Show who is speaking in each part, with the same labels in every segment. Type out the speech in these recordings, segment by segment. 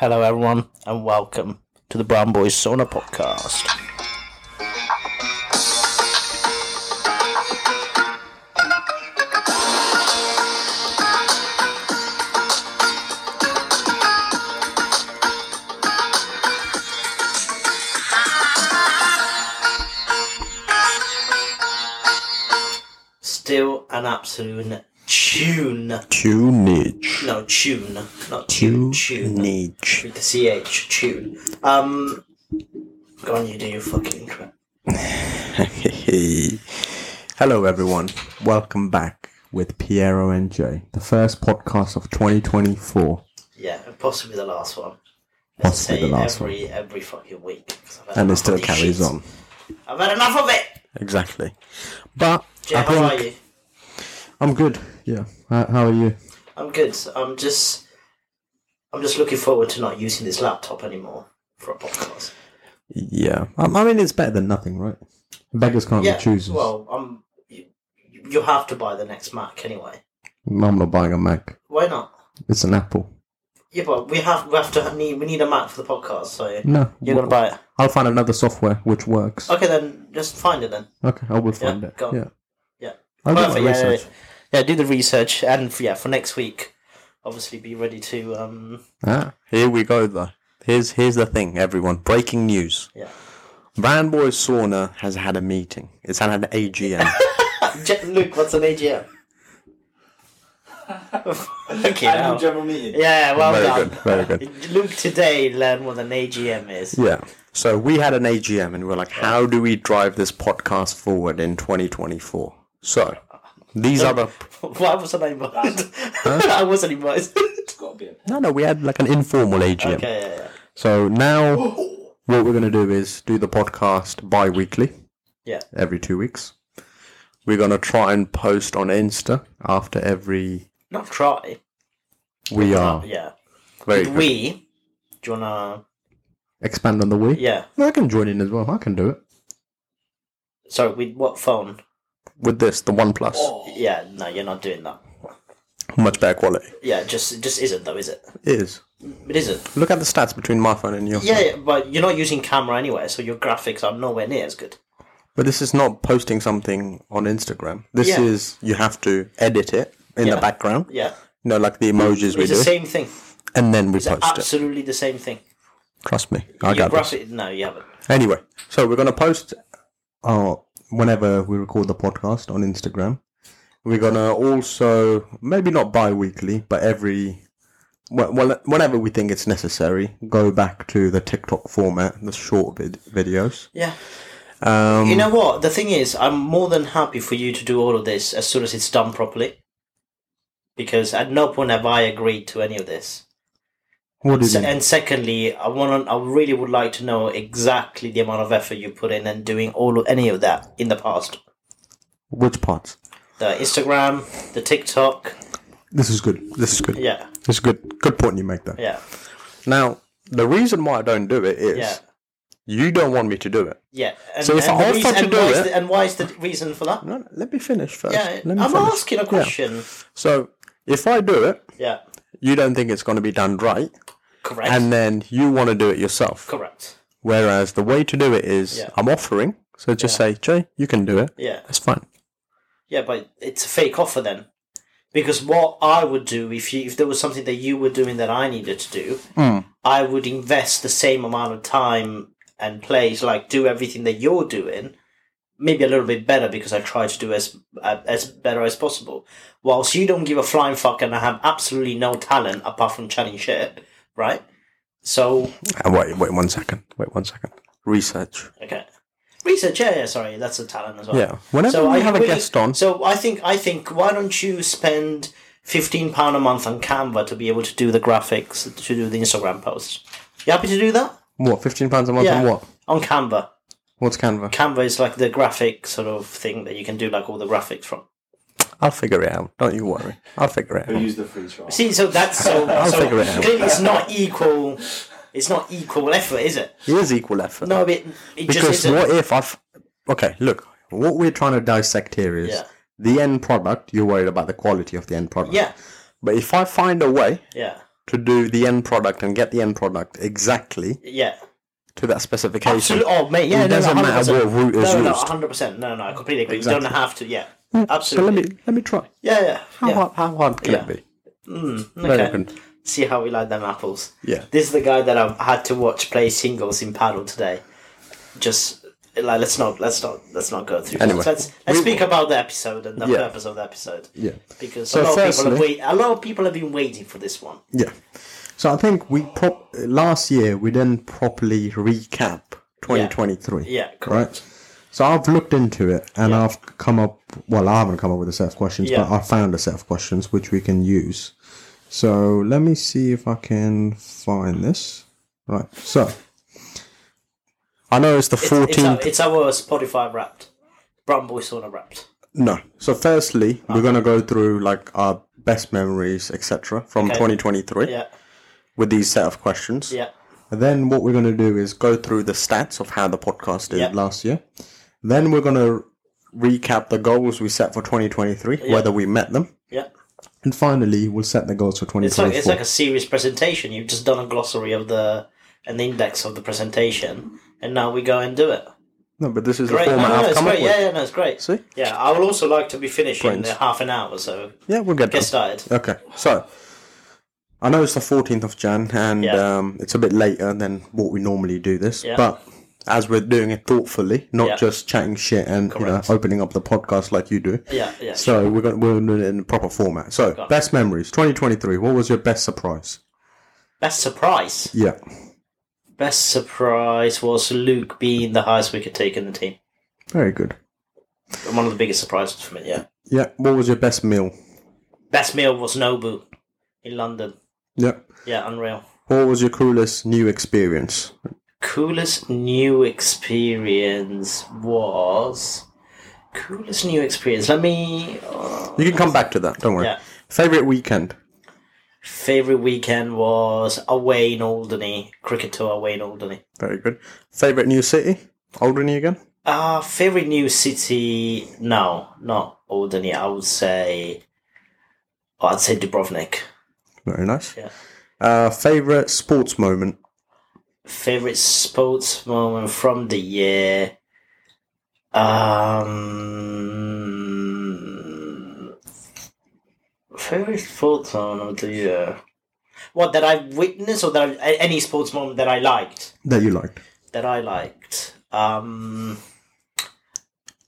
Speaker 1: Hello, everyone, and welcome to the Brown Boys Sauna Podcast. Still an absolute tune.
Speaker 2: Tunage.
Speaker 1: No, tune, not tune. Tune.
Speaker 2: Tunage.
Speaker 1: With the ch tune. Um, go on, you do your fucking intro.
Speaker 2: Hello, everyone. Welcome back with Piero and Jay, the first podcast of 2024.
Speaker 1: Yeah, and possibly the last one.
Speaker 2: Possibly the
Speaker 1: Say
Speaker 2: last
Speaker 1: every, Every fucking week. 'cause I've had
Speaker 2: And it
Speaker 1: enough
Speaker 2: still
Speaker 1: of this
Speaker 2: carries
Speaker 1: shit.
Speaker 2: on.
Speaker 1: I've had enough of it.
Speaker 2: Exactly. But
Speaker 1: Jay,
Speaker 2: I
Speaker 1: how are
Speaker 2: think-
Speaker 1: you?
Speaker 2: I'm good. Yeah. How, how are you?
Speaker 1: I'm good. I'm just, I'm just looking forward to not using this laptop anymore for a podcast.
Speaker 2: Yeah. I, I mean, it's better than nothing, right? Beggars can't
Speaker 1: yeah.
Speaker 2: be choosers.
Speaker 1: Well, um, you, you have to buy the next Mac anyway.
Speaker 2: I'm not buying a Mac.
Speaker 1: Why not?
Speaker 2: It's an Apple.
Speaker 1: Yeah, but we have we have to need we need a Mac for the podcast. So
Speaker 2: No.
Speaker 1: you're gonna buy it.
Speaker 2: I'll find another software which works.
Speaker 1: Okay, then just find it then.
Speaker 2: Okay, I will find it.
Speaker 1: go on.
Speaker 2: Yeah.
Speaker 1: Yeah.
Speaker 2: I'll do my
Speaker 1: Perfect, yeah, yeah,
Speaker 2: research.
Speaker 1: Yeah, do the research and f- yeah for next week. Obviously, be ready to um
Speaker 2: Ah, here we go though. Here's here's the thing, everyone. Breaking news.
Speaker 1: yeah.
Speaker 2: Brand Boys Sauna has had a meeting. It's had an AGM.
Speaker 1: Je- Luke, what's an AGM? okay.
Speaker 3: Annual general meeting.
Speaker 1: Yeah, well
Speaker 2: Very
Speaker 1: done.
Speaker 2: good, very good.
Speaker 1: Luke today learned what an AGM is.
Speaker 2: yeah. So we had an AGM and we were like, how do we drive this podcast forward in 2024? So these are the
Speaker 1: Why wasn't I invited? I wasn't invited.
Speaker 3: It's got to be.
Speaker 2: no no we had like an informal AGM.
Speaker 1: okay, yeah, yeah.
Speaker 2: So now what we're gonna do is do the podcast bi-weekly.
Speaker 1: Yeah.
Speaker 2: Every two weeks. We're gonna try and post on Insta after every.
Speaker 1: Not try.
Speaker 2: We are
Speaker 1: Yeah.
Speaker 2: Oh. very good.
Speaker 1: We. Do you wanna?
Speaker 2: expand on the we.
Speaker 1: Yeah.
Speaker 2: I can join in as well. I can do it
Speaker 1: Sorry. With what phone?
Speaker 2: with this, the One Plus,
Speaker 1: Yeah. No, you're not doing that.
Speaker 2: much better quality.
Speaker 1: Yeah. Just it just isn't though, is it?
Speaker 2: It is.
Speaker 1: It isn't.
Speaker 2: Look at the stats between my phone and yours.
Speaker 1: Yeah, yeah, but you're not using camera anyway, so your graphics are nowhere near as good.
Speaker 2: But this is not posting something on Instagram. This
Speaker 1: Yeah.
Speaker 2: is you have to edit it in
Speaker 1: Yeah.
Speaker 2: the background.
Speaker 1: Yeah.
Speaker 2: You know, like the emojis we
Speaker 1: It's
Speaker 2: do,
Speaker 1: the same thing.
Speaker 2: and then we post it.
Speaker 1: Absolutely the same thing.
Speaker 2: Trust me, Oh, I
Speaker 1: your
Speaker 2: got this.
Speaker 1: graphic? No, you haven't.
Speaker 2: Anyway, so we're gonna post uh, whenever we record the podcast on Instagram. We're gonna also maybe not bi-weekly, but every well, well whenever we think it's necessary, go back to the TikTok format, the short vid- videos.
Speaker 1: Yeah.
Speaker 2: Um,
Speaker 1: You know what? The thing is, I'm more than happy for you to do all of this as soon as it's done properly. Because at no point have I agreed to any of this.
Speaker 2: what do you
Speaker 1: So,
Speaker 2: mean?
Speaker 1: and secondly, I want to, I really would like to know exactly the amount of effort you put in and doing all of any of that in the past.
Speaker 2: Which parts?
Speaker 1: The Instagram, the TikTok.
Speaker 2: This is good. This is good.
Speaker 1: Yeah,
Speaker 2: This is good. Good point you make there.
Speaker 1: yeah,
Speaker 2: Now, the reason why I don't do it is
Speaker 1: yeah.
Speaker 2: you don't want me to do it.
Speaker 1: Yeah. And,
Speaker 2: So if
Speaker 1: and
Speaker 2: I
Speaker 1: the
Speaker 2: offer
Speaker 1: reason-
Speaker 2: to
Speaker 1: and
Speaker 2: do
Speaker 1: why is
Speaker 2: it-
Speaker 1: the, and why is the reason for that?
Speaker 2: No, no, let me finish first.
Speaker 1: Yeah,
Speaker 2: let me
Speaker 1: I'm
Speaker 2: finish.
Speaker 1: asking a question.
Speaker 2: So if I do it,
Speaker 1: Yeah,
Speaker 2: you don't think it's going to be done right,
Speaker 1: correct.
Speaker 2: and then you want to do it yourself.
Speaker 1: correct.
Speaker 2: Whereas the way to do it is
Speaker 1: Yeah.
Speaker 2: I'm offering, so just say, Jay, you can do it.
Speaker 1: Yeah,
Speaker 2: That's fine.
Speaker 1: yeah, but it's a fake offer then, because what I would do if you if there was something that you were doing that I needed to do, I would invest the same amount of time and place, like do everything that you're doing, maybe a little bit better because I try to do as uh, as better as possible. Whilst you don't give a flying fuck and I have absolutely no talent apart from chatting shit, right? So
Speaker 2: Uh, wait, wait one second. Wait one second. Research.
Speaker 1: Okay. Research, yeah, yeah, sorry, that's a talent as well.
Speaker 2: Yeah. Whenever
Speaker 1: So I
Speaker 2: we have a
Speaker 1: really-
Speaker 2: guest on,
Speaker 1: So I think I think why don't you spend fifteen pound a month on Canva to be able to do the graphics, to do the Instagram posts. You happy to do that
Speaker 2: what, £15 a month
Speaker 1: Yeah.
Speaker 2: on what?
Speaker 1: on Canva?
Speaker 2: What's Canva?
Speaker 1: Canva is like the graphic sort of thing that you can do like all the graphics from.
Speaker 2: I'll figure it out. Don't you worry. I'll figure it
Speaker 3: Who
Speaker 2: out.
Speaker 3: used the free trial?
Speaker 1: See, so that's so, so
Speaker 2: figure it out.
Speaker 1: clearly it's not equal. It's not equal effort, is it?
Speaker 2: It is equal effort.
Speaker 1: No, it, it just
Speaker 2: because
Speaker 1: isn't.
Speaker 2: what if I've. Okay, look. What we're trying to dissect here is
Speaker 1: Yeah.
Speaker 2: the end product. You're worried about the quality of the end product.
Speaker 1: yeah,
Speaker 2: But if I find a way
Speaker 1: yeah,
Speaker 2: to do the end product and get the end product exactly
Speaker 1: Yeah.
Speaker 2: to that specification.
Speaker 1: Absolutely. Oh, mate. Yeah,
Speaker 2: It
Speaker 1: no, no,
Speaker 2: doesn't matter
Speaker 1: 100%.
Speaker 2: what route is
Speaker 1: no, no,
Speaker 2: used.
Speaker 1: 100%. No, no, I completely agree. You
Speaker 2: Exactly. Mm,
Speaker 1: don't have to. Yeah.
Speaker 2: But let
Speaker 1: Absolutely.
Speaker 2: me let me try.
Speaker 1: yeah, yeah.
Speaker 2: How
Speaker 1: yeah.
Speaker 2: hard how hard can it
Speaker 1: Yeah. Mm,
Speaker 2: be? Very
Speaker 1: Okay.
Speaker 2: good.
Speaker 1: See how we like them apples.
Speaker 2: Yeah.
Speaker 1: This is the guy that I had to watch play singles in paddle today. Just like let's not let's not let's not go through.
Speaker 2: Anyway.
Speaker 1: that. let's let's
Speaker 2: We-
Speaker 1: speak about the episode and the
Speaker 2: Yeah.
Speaker 1: purpose of the episode.
Speaker 2: Yeah.
Speaker 1: Because
Speaker 2: So
Speaker 1: a lot of people have
Speaker 2: firstly-
Speaker 1: wait, a lot of people have been waiting for this one.
Speaker 2: Yeah. So I think we prop last year we didn't properly recap 2023.
Speaker 1: Yeah, correct.
Speaker 2: Right. So I've looked into it and
Speaker 1: Yeah.
Speaker 2: I've come up. Well, I haven't come up with a set of questions, but
Speaker 1: Yeah.
Speaker 2: I found a set of questions which we can use. So let me see if I can find this. Right. So I know it's the
Speaker 1: It's, it's, our,
Speaker 2: 14th.
Speaker 1: it's our Spotify wrapped, Brumble Sauna wrapped.
Speaker 2: No. So firstly, we're gonna go through like our best memories, etc., from
Speaker 1: Okay.
Speaker 2: 2023
Speaker 1: Yeah,
Speaker 2: with these set of questions.
Speaker 1: yeah,
Speaker 2: And Then what we're going to do is go through the stats of how the podcast did
Speaker 1: Yep.
Speaker 2: last year. Then we're going to recap the goals we set for 2023, whether we met them.
Speaker 1: yeah.
Speaker 2: And finally, we'll set the goals for
Speaker 1: It's like
Speaker 2: 2024.
Speaker 1: it's like a serious presentation. You've just done a glossary of the an index of the presentation, and now we go and do it.
Speaker 2: no, but this is
Speaker 1: Great,
Speaker 2: the
Speaker 1: no,
Speaker 2: format
Speaker 1: no,
Speaker 2: I've
Speaker 1: it's
Speaker 2: come
Speaker 1: great.
Speaker 2: up
Speaker 1: Yeah,
Speaker 2: with.
Speaker 1: yeah, no, it's great.
Speaker 2: See?
Speaker 1: Yeah, I will also like to be finishing in
Speaker 2: Brains.
Speaker 1: half an hour, so
Speaker 2: Yeah, we'll get
Speaker 1: get
Speaker 2: there.
Speaker 1: started.
Speaker 2: Okay, so I know it's the 14th of Jan, and
Speaker 1: Yeah.
Speaker 2: um, it's a bit later than what we normally do this,
Speaker 1: Yeah.
Speaker 2: but as we're doing it thoughtfully, not
Speaker 1: Yeah.
Speaker 2: just chatting shit and you know,
Speaker 1: Correct.
Speaker 2: opening up the podcast like you do.
Speaker 1: Yeah, yeah.
Speaker 2: So we're going we're doing it in proper format. So
Speaker 1: Got it.
Speaker 2: best memories, 2023. What was your best surprise?
Speaker 1: Best surprise.
Speaker 2: Yeah,
Speaker 1: Best surprise was Luke being the highest wicket taker in the team.
Speaker 2: very good.
Speaker 1: One of the biggest surprises for me. Yeah.
Speaker 2: Yeah, what was your best meal?
Speaker 1: Best meal was Nobu in London.
Speaker 2: Yeah,
Speaker 1: Yeah, unreal.
Speaker 2: what was your coolest new experience?
Speaker 1: Coolest new experience was coolest new experience. Let me
Speaker 2: You can come back to that. Don't worry.
Speaker 1: Yeah.
Speaker 2: Favorite weekend?
Speaker 1: favorite weekend was away in Alderney cricket tour away in Alderney.
Speaker 2: Very good. Favorite new city? Alderney again?
Speaker 1: Uh, favorite new city? No, not Alderney. I would say, oh, I'd say Dubrovnik.
Speaker 2: Very nice.
Speaker 1: Yeah.
Speaker 2: Uh, favorite sports moment?
Speaker 1: Favorite sports moment from the year? Um, favorite sports moment of the year? What that I witnessed or that I, a- any sports moment that I liked?
Speaker 2: That you liked?
Speaker 1: that I liked. Um,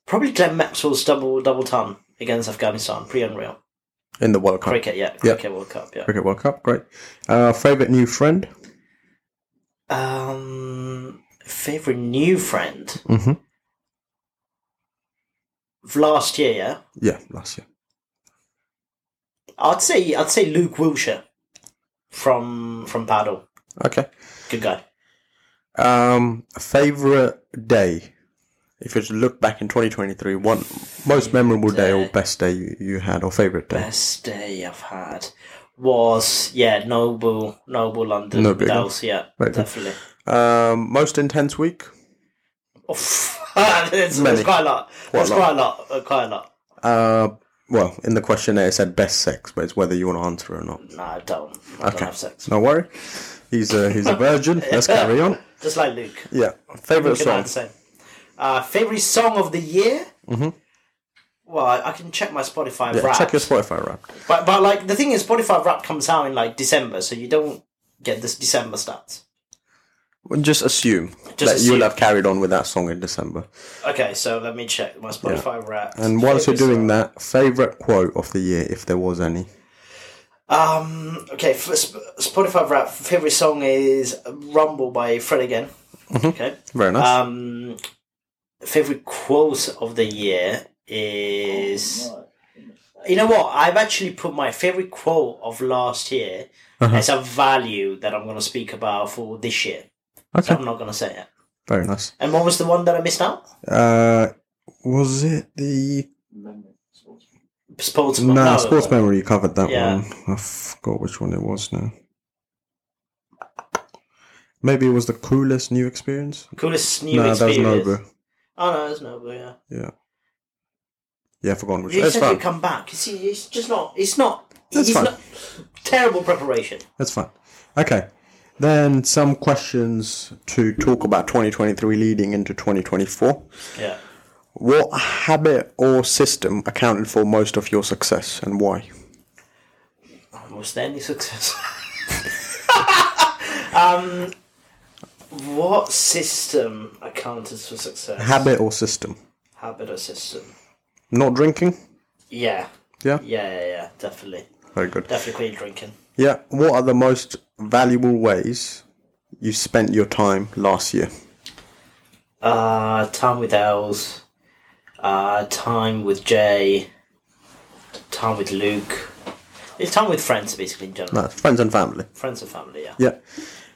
Speaker 1: probably Glenn Maxwell's double double ton against Afghanistan. Pretty unreal.
Speaker 2: In the World Cup?
Speaker 1: Cricket, yeah. Cricket World Cup, yeah.
Speaker 2: Cricket World Cup, great. Uh, favorite new friend?
Speaker 1: Um, favorite new friend
Speaker 2: Mm-hmm.
Speaker 1: of last year, yeah.
Speaker 2: Yeah, last year.
Speaker 1: I'd say I'd say Luke Wilshire from from Paddle.
Speaker 2: Okay.
Speaker 1: Good guy.
Speaker 2: Um, favorite day. If you look back in 2023, one most memorable day or best day you, you had or favorite day.
Speaker 1: Best day I've had was yeah Noble Noble London.
Speaker 2: Noble,
Speaker 1: That was- yeah,
Speaker 2: Very good.
Speaker 1: definitely.
Speaker 2: Um, most intense week.
Speaker 1: Oof. there's, there's
Speaker 2: Many.
Speaker 1: quite a lot. There's
Speaker 2: a
Speaker 1: quite a lot. uh, Quite a lot.
Speaker 2: Uh, well, in the questionnaire it said best sex, but it's whether you want to answer or not.
Speaker 1: No, I don't. I don't
Speaker 2: Okay.
Speaker 1: have sex.
Speaker 2: No worry. He's a he's a virgin. Let's carry on.
Speaker 1: Just like Luke.
Speaker 2: Yeah. Favorite
Speaker 1: Good
Speaker 2: song.
Speaker 1: answer. Uh, favorite song of the year? Mm-hmm. Well, I, I can check my Spotify
Speaker 2: Yeah,
Speaker 1: rap.
Speaker 2: check your Spotify rap.
Speaker 1: but, but, like, the thing is, Spotify rap comes out in, like, December, so you don't get this December stats.
Speaker 2: Well, Just assume that
Speaker 1: assume.
Speaker 2: you'll have carried on with that song in December.
Speaker 1: Okay, so let me check my Spotify rap.
Speaker 2: And whilst you're
Speaker 1: Favorite
Speaker 2: doing
Speaker 1: song.
Speaker 2: that, favorite quote of the year, if there was any.
Speaker 1: Um, okay, for Sp- Spotify rap, favorite song is Rumble by Fred again.
Speaker 2: Mm-hmm.
Speaker 1: Okay.
Speaker 2: Very nice.
Speaker 1: Um, favorite quote of the year is. You know what? I've actually put my favorite quote of last year
Speaker 2: Uh-huh.
Speaker 1: as a value that I'm going to speak about for this year. So
Speaker 2: okay.
Speaker 1: I'm not going to say it.
Speaker 2: Very nice.
Speaker 1: And what was the one that I missed out?
Speaker 2: Uh, was it the
Speaker 1: Sports.
Speaker 2: no, sports memory? You covered that
Speaker 1: Yeah.
Speaker 2: one. I forgot which one it was now. Maybe it was the coolest new experience.
Speaker 1: Coolest new
Speaker 2: no,
Speaker 1: experience.
Speaker 2: that was Nobu.
Speaker 1: Oh no, it's Nobu. Yeah.
Speaker 2: Yeah, yeah, I forgot which.
Speaker 1: He
Speaker 2: It's
Speaker 1: said
Speaker 2: fine.
Speaker 1: he'd come back. You see, it's just not. It's not
Speaker 2: That's
Speaker 1: he's
Speaker 2: fine.
Speaker 1: not- terrible preparation.
Speaker 2: That's fine. Okay. Then some questions to talk about 2023 leading into 2024.
Speaker 1: Yeah.
Speaker 2: What habit or system accounted for most of your success and why?
Speaker 1: Was there any success? um, what system accounted for success?
Speaker 2: Habit or system?
Speaker 1: Habit or system?
Speaker 2: Not drinking?
Speaker 1: Yeah.
Speaker 2: Yeah.
Speaker 1: Yeah, yeah, yeah. Definitely.
Speaker 2: Very good.
Speaker 1: Definitely clean drinking.
Speaker 2: Yeah. What are the most valuable ways you spent your time last year?
Speaker 1: Uh, time with Els. Uh, time with Jay. Time with Luke. It's time with friends, basically, in general.
Speaker 2: No, friends and family.
Speaker 1: Friends and family, yeah.
Speaker 2: Yeah.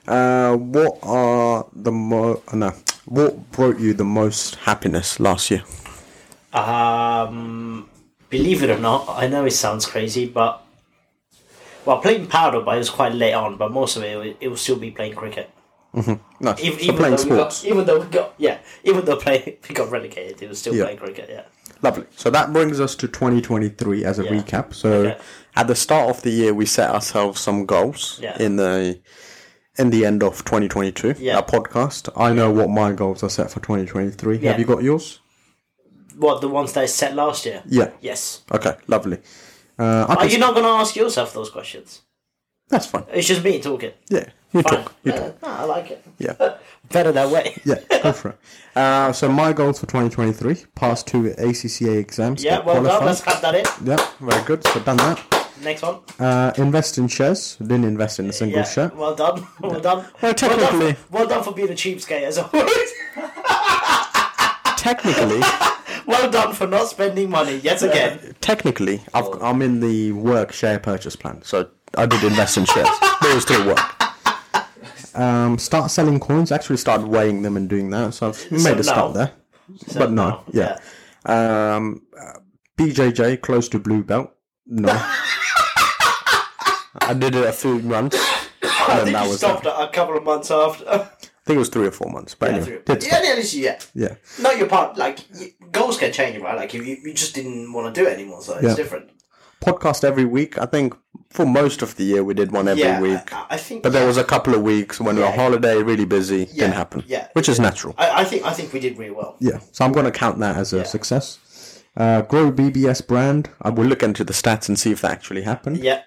Speaker 2: Uh, what are the mo? oh, No. What brought you the most happiness last year?
Speaker 1: Um, believe it or not, I know it sounds crazy, but well, playing powder, but it was quite late on. But most of it, it, will still be playing cricket.
Speaker 2: No.
Speaker 1: Even,
Speaker 2: so
Speaker 1: even
Speaker 2: playing
Speaker 1: though we got-
Speaker 2: sports.
Speaker 1: even though we got, yeah, even though play, we got relegated, it was still
Speaker 2: Yeah.
Speaker 1: playing cricket. Yeah,
Speaker 2: Lovely. So that brings us to 2023 as a
Speaker 1: Yeah.
Speaker 2: recap. So
Speaker 1: Okay.
Speaker 2: at the start of the year, we set ourselves some goals
Speaker 1: Yeah.
Speaker 2: in the in the end of 2022.
Speaker 1: Yeah.
Speaker 2: Our podcast. I know what my goals are set for 2023.
Speaker 1: Yeah.
Speaker 2: Have you got yours?
Speaker 1: what the ones that I set last year?
Speaker 2: Yeah.
Speaker 1: Yes.
Speaker 2: Okay. Lovely. Uh, I
Speaker 1: Are
Speaker 2: can-
Speaker 1: you not going to ask yourself those questions?
Speaker 2: That's fine.
Speaker 1: It's just me talking.
Speaker 2: Yeah. You
Speaker 1: Fine.
Speaker 2: talk. You
Speaker 1: Yeah,
Speaker 2: talk.
Speaker 1: no, I like it.
Speaker 2: Yeah.
Speaker 1: Better that way.
Speaker 2: Yeah, go for it. Uh, so my goals for 2023: pass two ACCA exams.
Speaker 1: Yeah,
Speaker 2: get
Speaker 1: well done.
Speaker 2: qualified.
Speaker 1: Let's cut that in.
Speaker 2: Yep, very good. So done that.
Speaker 1: Next one.
Speaker 2: Uh, invest in shares. Didn't invest in a single
Speaker 1: Yeah,
Speaker 2: share.
Speaker 1: well done. Well done.
Speaker 2: Well,
Speaker 1: Well done,
Speaker 2: technically-
Speaker 1: for, well done for being a cheapskate as always.
Speaker 2: Technically,
Speaker 1: Well done for not spending money yet again.
Speaker 2: technically, I've, I'm in the work share purchase plan. So I did invest in shares. They will still work. Um, start selling coins. Actually, started weighing them and doing that. So I've made a
Speaker 1: no.
Speaker 2: start there. but no,
Speaker 1: no,
Speaker 2: yeah. Um, uh, BJJ close to blue belt. No. I did it a few months.
Speaker 1: I
Speaker 2: And then
Speaker 1: think
Speaker 2: that
Speaker 1: you
Speaker 2: was
Speaker 1: stopped
Speaker 2: that.
Speaker 1: it a couple of months after.
Speaker 2: I think it was three or four months. But
Speaker 1: yeah,
Speaker 2: anyway,
Speaker 1: yeah,
Speaker 2: did
Speaker 1: yeah, yeah.
Speaker 2: yeah.
Speaker 1: Not your part. Like y- goals can change, right? Like if you, you just didn't want to do it anymore, so it's
Speaker 2: Yeah.
Speaker 1: different.
Speaker 2: Podcast every week. I think for most of the year we did one every
Speaker 1: Yeah,
Speaker 2: week.
Speaker 1: I, I think.
Speaker 2: But there was a couple of weeks when we were
Speaker 1: Yeah.
Speaker 2: on holiday, really busy,
Speaker 1: Yeah,
Speaker 2: didn't happen.
Speaker 1: yeah.
Speaker 2: Which is natural.
Speaker 1: I, I think I think we did really well.
Speaker 2: Yeah. So I'm going to count that as a success. Uh, grow BBS brand. I will look into the stats and see if that actually happened.
Speaker 1: Yeah,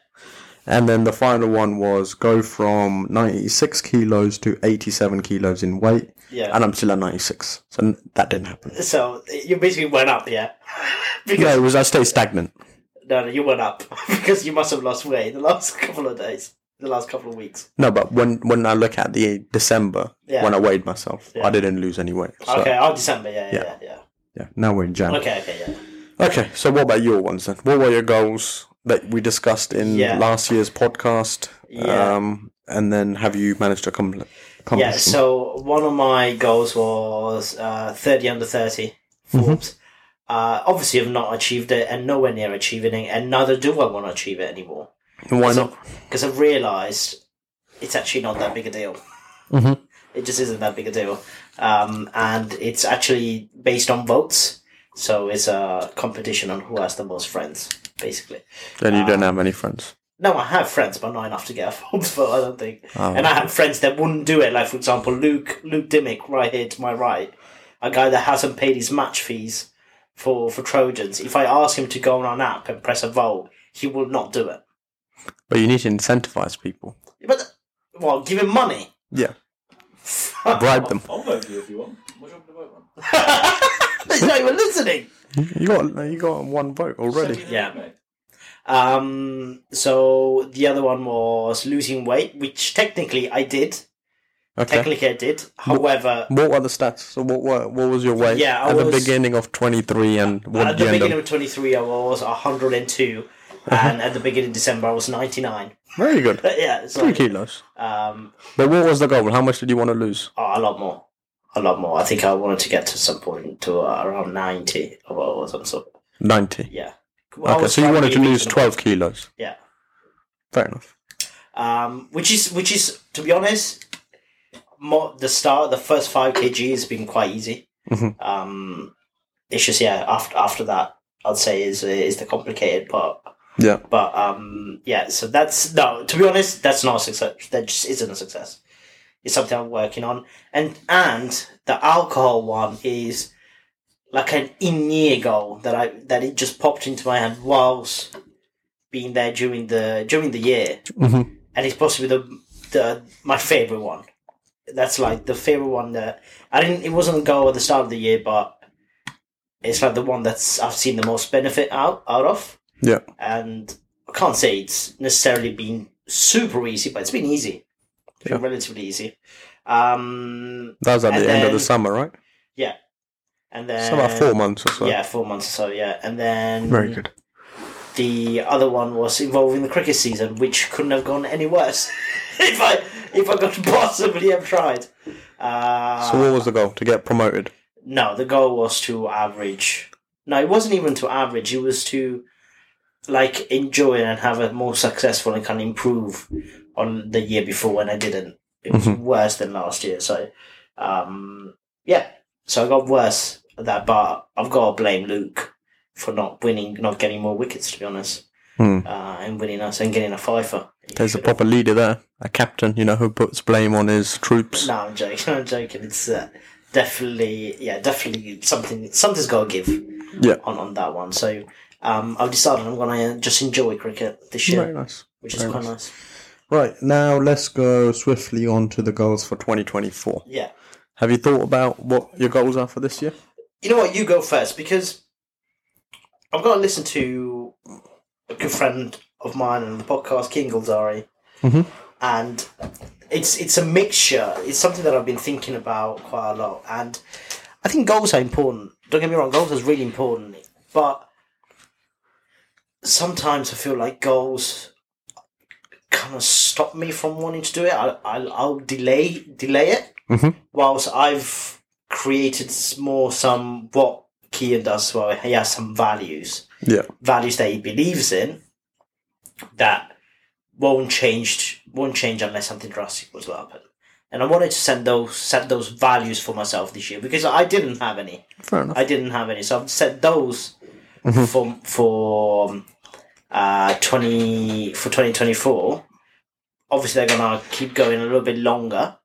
Speaker 2: And then the final one was go from 96 kilos to 87 kilos in weight.
Speaker 1: Yeah.
Speaker 2: And I'm still at 96. So n- that didn't happen.
Speaker 1: so you basically went up, yeah. because
Speaker 2: Yeah, it was I stayed stagnant.
Speaker 1: no, no, you went up because you must have lost weight the last couple of days, the last couple of weeks.
Speaker 2: No, but when when I look at the December
Speaker 1: Yeah.
Speaker 2: when I weighed myself,
Speaker 1: Yeah.
Speaker 2: I didn't lose any weight. So,
Speaker 1: Okay, oh December, yeah, yeah, yeah,
Speaker 2: Yeah. Now we're in Jan.
Speaker 1: yeah. Okay, okay, yeah.
Speaker 2: Okay, So what about your ones then? What were your goals that we discussed in
Speaker 1: Yeah.
Speaker 2: last year's podcast?
Speaker 1: Yeah.
Speaker 2: Um, and then have you managed to accomplish?
Speaker 1: Yeah, so one of my goals was uh, 30 under 30
Speaker 2: Mm-hmm.
Speaker 1: Forbes. Uh, obviously, I've not achieved it and nowhere near achieving it, and neither do I want to achieve it anymore.
Speaker 2: and why not?
Speaker 1: Because I've realised it's actually not that big a deal.
Speaker 2: Mhm.
Speaker 1: It just isn't that big a deal. Um, and it's actually based on votes. So it's a competition on who has the most friends, basically.
Speaker 2: Then
Speaker 1: um,
Speaker 2: you don't have any friends.
Speaker 1: No, I have friends, but not enough to get a Forbes vote, I don't think.
Speaker 2: Oh.
Speaker 1: And I have friends that wouldn't do it, like, for example, Luke Luke Dimmick, right here to my right, a guy that hasn't paid his match fees for, for Trojans. If I ask him to go on an app and press a vote, he will not do it.
Speaker 2: But you need to incentivize people.
Speaker 1: But, well, give him money.
Speaker 2: Yeah. Bribe them.
Speaker 3: I'll vote for you if you want. What's your vote on?
Speaker 1: He's not even listening.
Speaker 2: You got you got one vote already.
Speaker 1: Yeah. Um, so the other one was losing weight, which technically I did.
Speaker 2: Okay.
Speaker 1: Technically I did. However,
Speaker 2: What were the stats? So what were, what was your weight
Speaker 1: Yeah, I
Speaker 2: at
Speaker 1: was-
Speaker 2: the beginning of twenty three and what
Speaker 1: at
Speaker 2: did you
Speaker 1: the beginning
Speaker 2: end up? Uh-huh.
Speaker 1: of 23 I was 102 and at the beginning of December I was 99
Speaker 2: Very good.
Speaker 1: but yeah so,
Speaker 2: Three kilos.
Speaker 1: um,
Speaker 2: But what was the goal? How much did you want to lose?
Speaker 1: oh, a lot more a lot more I think I wanted to get to some point to uh, around 90 or, or some sort
Speaker 2: Ninety.
Speaker 1: yeah I
Speaker 2: Okay,
Speaker 1: was
Speaker 2: so you
Speaker 1: trying
Speaker 2: wanted to
Speaker 1: be
Speaker 2: lose
Speaker 1: reasonable.
Speaker 2: twelve kilos.
Speaker 1: yeah
Speaker 2: Fair enough.
Speaker 1: um, which is which is to be honest more, the start the first 5 kg has been quite easy
Speaker 2: Mhm.
Speaker 1: um, it's just yeah after after that I'd say is is the complicated part
Speaker 2: Yeah.
Speaker 1: But um, yeah, so that's no. To be honest, that's not a success. That just isn't a success. It's something I'm working on, and and the alcohol one is like an in-year goal that I that it just popped into my head whilst being there during the during the year,
Speaker 2: Mhm.
Speaker 1: and it's possibly the the my favorite one. That's like the favorite one that I didn't. It wasn't a goal at the start of the year, but it's like the one that's I've seen the most benefit out out of
Speaker 2: Yeah.
Speaker 1: and I can't say it's necessarily been super easy, but it's been easy, It's been
Speaker 2: Yeah.
Speaker 1: relatively easy. Um,
Speaker 2: That was at
Speaker 1: And
Speaker 2: the end of the
Speaker 1: then-
Speaker 2: summer, right?
Speaker 1: and
Speaker 2: It's
Speaker 1: then
Speaker 2: about four months or so.
Speaker 1: yeah, four months or so, yeah, and then
Speaker 2: Very good.
Speaker 1: the other one was involving the cricket season, which couldn't have gone any worse if I if I could possibly have tried. Uh,
Speaker 2: So what was the goal? To get promoted.
Speaker 1: No, the goal was to average. No, it wasn't even to average. It was to like enjoy and have a more successful and kind of improve on the year before when I didn't. It was
Speaker 2: Mhm.
Speaker 1: worse than last year. So, um, yeah. So I got worse at that, but I've got to blame Luke for not winning, not getting more wickets, to be honest,
Speaker 2: Hmm.
Speaker 1: uh, and winning us and getting a fifer.
Speaker 2: There's a proper leader there, a captain, you know, who puts blame on his troops.
Speaker 1: No, I'm joking. I'm joking. It's uh, definitely, yeah, definitely something. Something's got to give.
Speaker 2: Yeah.
Speaker 1: On, on that one, so um, I've decided I'm gonna just enjoy cricket this year,
Speaker 2: Very nice.
Speaker 1: which is
Speaker 2: very
Speaker 1: quite nice.
Speaker 2: Right, now let's go swiftly on to the goals for 2024.
Speaker 1: Yeah.
Speaker 2: Have you thought about what your goals are for this year?
Speaker 1: You know what? You go first because I've got to listen to a good friend of mine on the podcast, King Gulzari,
Speaker 2: Mhm.
Speaker 1: and it's it's a mixture. It's something that I've been thinking about quite a lot, and I think goals are important. Don't get me wrong, goals is really important, but sometimes I feel like goals kind of stop me from wanting to do it. I, I I'll delay delay it,
Speaker 2: Mhm.
Speaker 1: whilst I've created s- more some what Kian does well. He has some values,
Speaker 2: Yeah.
Speaker 1: values that he believes in that won't change won't change unless something drastic was to happen. And I wanted to send those set those values for myself this year because I didn't have any.
Speaker 2: Fair enough.
Speaker 1: I didn't have any, so I've set those
Speaker 2: Mm-hmm.
Speaker 1: for for um, uh, twenty for twenty twenty four. Obviously, they're gonna keep going a little bit longer,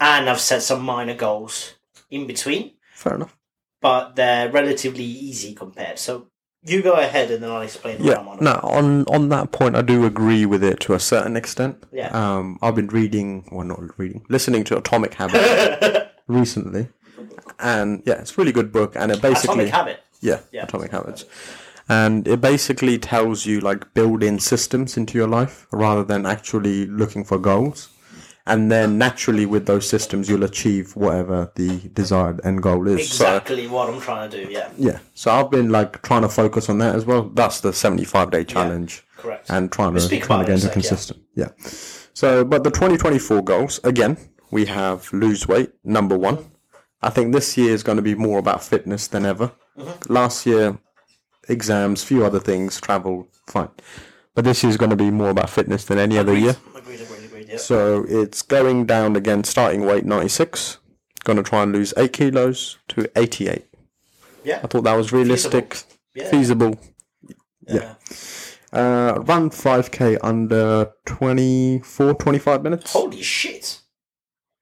Speaker 1: and I've set some minor goals in between,
Speaker 2: Fair enough.
Speaker 1: but they're relatively easy compared. So you go ahead, and then I'll explain what I'm
Speaker 2: Yeah.
Speaker 1: on.
Speaker 2: No, on on that point I do agree with it to a certain extent.
Speaker 1: Yeah.
Speaker 2: Um I've been reading well not reading, listening to Atomic Habit recently. And yeah, it's a really good book and it basically
Speaker 1: Atomic habit.
Speaker 2: Yeah,
Speaker 1: Yeah.
Speaker 2: Atomic Habits. And it basically tells you like building systems into your life rather than actually looking for goals. And then naturally with those systems you'll achieve whatever the desired end goal is. So
Speaker 1: Exactly what I'm trying to do. Yeah,
Speaker 2: yeah. So I've been like trying to focus on that as well. That's the seventy five day challenge
Speaker 1: correct.
Speaker 2: and trying to,
Speaker 1: Speak
Speaker 2: trying to
Speaker 1: about it,
Speaker 2: get into
Speaker 1: like, yeah.
Speaker 2: consistent. Yeah. So, but the 2024 goals, again, we have lose weight, number one. I think this year is going to be more about fitness than ever.
Speaker 1: Mm-hmm.
Speaker 2: Last year, exams, few other things, travel, fine. But this year is going to be more about fitness than any other year.
Speaker 1: agreed, agreed, agreed. Yeah.
Speaker 2: So it's going down again, starting weight 96. Going to try and lose 8 kilos to 88.
Speaker 1: Yeah.
Speaker 2: I thought that was realistic,
Speaker 1: Yeah.
Speaker 2: feasible.
Speaker 1: yeah.
Speaker 2: Uh, run 5k under 24, 25 minutes.
Speaker 1: Holy shit.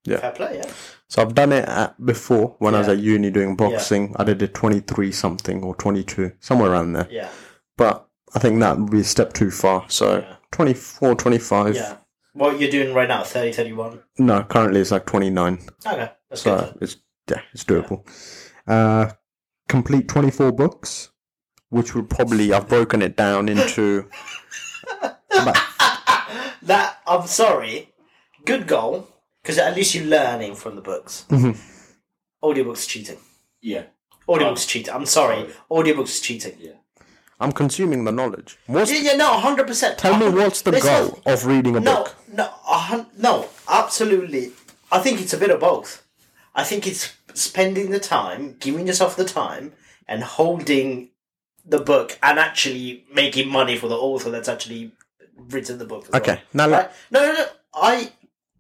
Speaker 2: Yeah.
Speaker 1: Fair play. Yeah.
Speaker 2: So I've done it at, before when I was
Speaker 1: Yeah.
Speaker 2: at uni doing boxing. I did it 23 something or 22, somewhere around there.
Speaker 1: Yeah.
Speaker 2: But I think that would be a step too far. So
Speaker 1: Yeah.
Speaker 2: 24, 25.
Speaker 1: Yeah. What you're doing right now, 30, 31.
Speaker 2: No, currently it's like 29.
Speaker 1: Okay, that's
Speaker 2: So
Speaker 1: good.
Speaker 2: it's, yeah, it's doable. Uh, complete 24 books, which would probably, I've broken it down into. about-
Speaker 1: That I'm sorry, good goal because at least you're learning from the books.
Speaker 2: Mhm.
Speaker 1: Audiobooks are cheating.
Speaker 3: Yeah.
Speaker 1: Audiobooks are cheating. I'm sorry.
Speaker 3: Sorry.
Speaker 1: Audiobooks are cheating.
Speaker 2: I'm consuming the knowledge. What's,
Speaker 1: Yeah, yeah, no, hundred percent.
Speaker 2: tell me what's the goal of reading a
Speaker 1: No,
Speaker 2: book?
Speaker 1: no, a hun- no, absolutely. I think it's a bit of both. I think it's spending the time, giving yourself the time, and holding the book and actually making money for the author that's actually written the book. as well.
Speaker 2: Okay, now let,
Speaker 1: Right? No, no, no. I,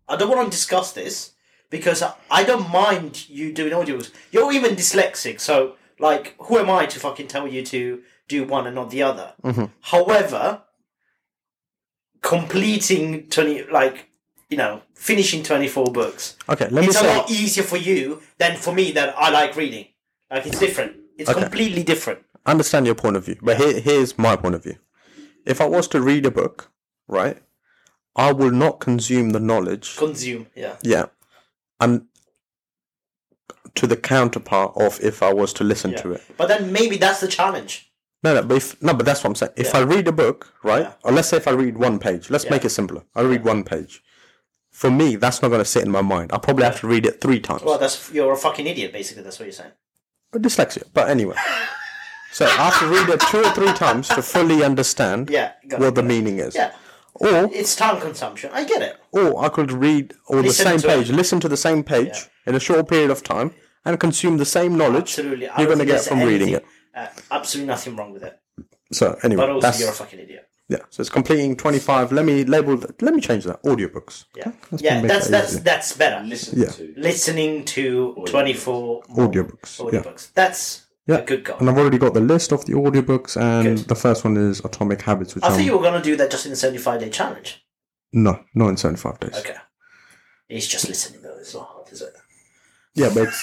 Speaker 1: I don't want to discuss this because I, I don't mind you doing audios. You're even dyslexic,
Speaker 2: Mm-hmm.
Speaker 1: so like, who am I to fucking tell you to do one and not the other? However, completing 20, like, you know, finishing 24 books,
Speaker 2: Okay, let me
Speaker 1: it's a
Speaker 2: say.
Speaker 1: lot easier for you than for me that I like reading. Like, it's different. It's
Speaker 2: Okay.
Speaker 1: completely different.
Speaker 2: I understand your point of view, but here, here's my point of view. If I was to read a book, right, I will not consume the knowledge.
Speaker 1: Consume, yeah.
Speaker 2: Yeah, and to the counterpart of if I was to listen
Speaker 1: yeah.
Speaker 2: to it.
Speaker 1: But then maybe that's the challenge.
Speaker 2: No, no, but if, no, but that's what I'm saying. If I read a book, right, or let's say if I read one page, let's make it simpler. I read one page. For me, that's not going to sit in my mind. I probably have to read it three times.
Speaker 1: Well, that's you're a fucking idiot, basically. That's what you're saying.
Speaker 2: But dyslexia. But anyway, so I have to read it two or three times to fully understand
Speaker 1: Yeah, got
Speaker 2: what
Speaker 1: it,
Speaker 2: the meaning is.
Speaker 1: Yeah,
Speaker 2: Or
Speaker 1: it's time consumption. I get it.
Speaker 2: or I could read on the
Speaker 1: Listen
Speaker 2: same
Speaker 1: to
Speaker 2: page, listen to the same page in a short period of time, and consume the same knowledge
Speaker 1: Absolutely, I
Speaker 2: you're
Speaker 1: don't
Speaker 2: going to
Speaker 1: think there's
Speaker 2: get from reading it.
Speaker 1: anything- Uh, absolutely nothing wrong with it.
Speaker 2: So anyway,
Speaker 1: But also,
Speaker 2: that's
Speaker 1: you're a fucking idiot.
Speaker 2: yeah. So it's completing 25. Let me label. That, let me change that. Audiobooks.
Speaker 1: Yeah, yeah,
Speaker 2: probably
Speaker 1: that's
Speaker 2: better,
Speaker 1: that's
Speaker 2: isn't
Speaker 1: that's better.
Speaker 3: Listen
Speaker 2: Yeah.
Speaker 3: to.
Speaker 1: Listening to 24
Speaker 2: Audiobooks. Yeah.
Speaker 1: audiobooks. That's
Speaker 2: Yeah.
Speaker 1: a good goal.
Speaker 2: And I've already got the list of the audiobooks, and
Speaker 1: Good.
Speaker 2: the first one is Atomic Habits, which
Speaker 1: I thought
Speaker 2: I'm
Speaker 1: you were gonna do that just in the 75 day challenge.
Speaker 2: no, not in 75 days.
Speaker 1: Okay, it's just listening though. It's not hard, is it?
Speaker 2: Yeah, but it's,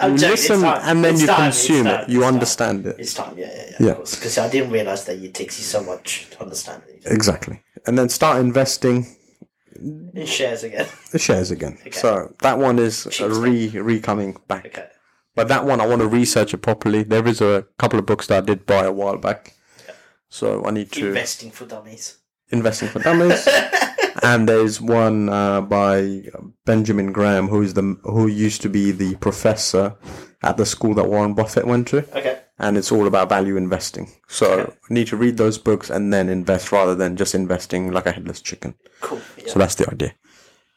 Speaker 1: I'm
Speaker 2: you
Speaker 1: joking, it's
Speaker 2: listen
Speaker 1: time.
Speaker 2: and then
Speaker 1: It's
Speaker 2: you
Speaker 1: time, it's
Speaker 2: consume
Speaker 1: time,
Speaker 2: it. You
Speaker 1: it's time.
Speaker 2: understand it.
Speaker 1: It's time, yeah, yeah, yeah.
Speaker 2: Yeah.
Speaker 1: Of course, because I didn't realize that it takes you so much to understand
Speaker 2: Uh,
Speaker 1: it.
Speaker 2: Exactly. And then start investing
Speaker 1: In shares again.
Speaker 2: the shares again. So that one is uh, re re coming back.
Speaker 1: Okay.
Speaker 2: But that one, I want to research it properly. There is a couple of books that I did buy a while back. So I need to invest,
Speaker 1: Investing for dummies.
Speaker 2: in for dummies. and there's one uh, by Benjamin Graham, who is the who used to be the professor at the school that Warren Buffett went to,
Speaker 1: Okay.
Speaker 2: and it's all about value investing. So I need to read those books and then invest rather than just investing like a headless chicken.
Speaker 1: Cool. Yeah.
Speaker 2: So that's the idea.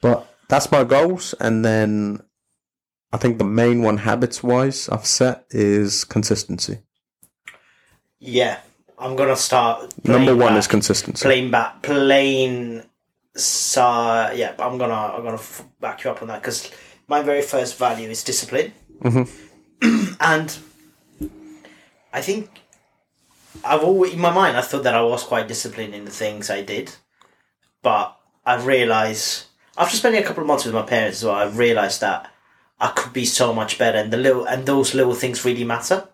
Speaker 2: But that's my goals, and then I think the main one, habits wise, I've set is consistency.
Speaker 1: yeah. I'm gonna start. playing
Speaker 2: Number one
Speaker 1: back-
Speaker 2: is consistency.
Speaker 1: playing back, playing. So yeah, but I'm gonna I'm gonna f- back you up on that because my very first value is discipline,
Speaker 2: Mm-hmm.
Speaker 1: and I think I've always in my mind I thought that I was quite disciplined in the things I did, but I realised after spending a couple of months with my parents as well, I realised that I could be so much better, and the little and those little things really matter.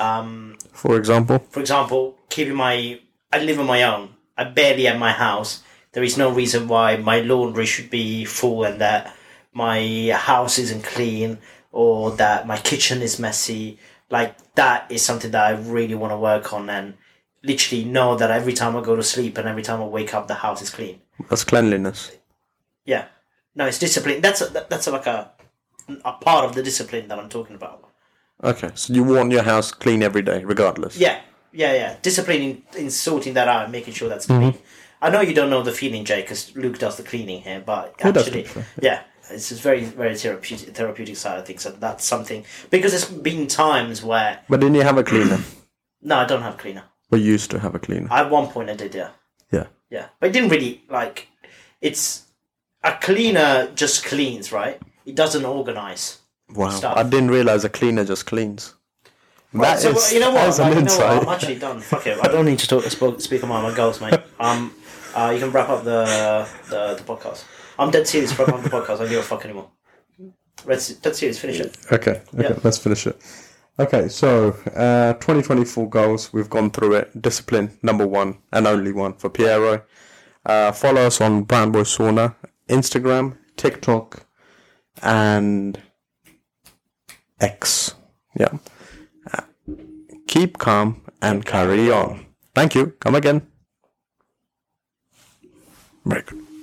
Speaker 2: For example,
Speaker 1: For example, keeping my I live on my own. I barely at my house. There is no reason why my laundry should be full and that my house isn't clean or that my kitchen is messy. Like that is something that I really want to work on and literally know that every time I go to sleep and every time I wake up the house is clean.
Speaker 2: that's cleanliness.
Speaker 1: Yeah. No, it's discipline. That's a, that, that's like a a part of the discipline that I'm talking about.
Speaker 2: Okay, so you want your house clean every day, regardless.
Speaker 1: Yeah, yeah, yeah. Discipline in, in sorting that out and making sure that's clean. I know you don't know the feeling, Jay, because Luke does the cleaning here, but
Speaker 2: does
Speaker 1: actually,
Speaker 2: the cleaning?
Speaker 1: yeah, it's just very, very therapeutic, therapeutic side of things. And that's something because there's been times where
Speaker 2: But then you have a cleaner.
Speaker 1: no, I don't have cleaner.
Speaker 2: we used to have a cleaner.
Speaker 1: At one point, I did, yeah,
Speaker 2: Yeah.
Speaker 1: yeah, but it didn't really like. It's a cleaner just cleans, right? It doesn't organize.
Speaker 2: Wow.
Speaker 1: Stuff.
Speaker 2: I didn't realize a cleaner just cleans. That is
Speaker 1: so you know what?
Speaker 2: that's an
Speaker 1: Like, you know what?
Speaker 2: insight.
Speaker 1: I'm actually done. Fuck it. I don't need to talk, spoke, speak about my goals, mate. Um, uh, you can wrap up the the, the podcast. I'm dead serious. Wrap up the podcast. I don't give a fuck anymore. Red, se- dead serious. Finish it.
Speaker 2: Okay, okay,
Speaker 1: Yeah.
Speaker 2: let's finish it. Okay, so uh, 2024 goals, we've gone through it. Discipline, number one and only one for Piero. Uh, follow us on Brown Boy Sauna, Instagram, TikTok, and X. Yeah. Uh, keep calm and carry on. Thank you. Come again. Very good.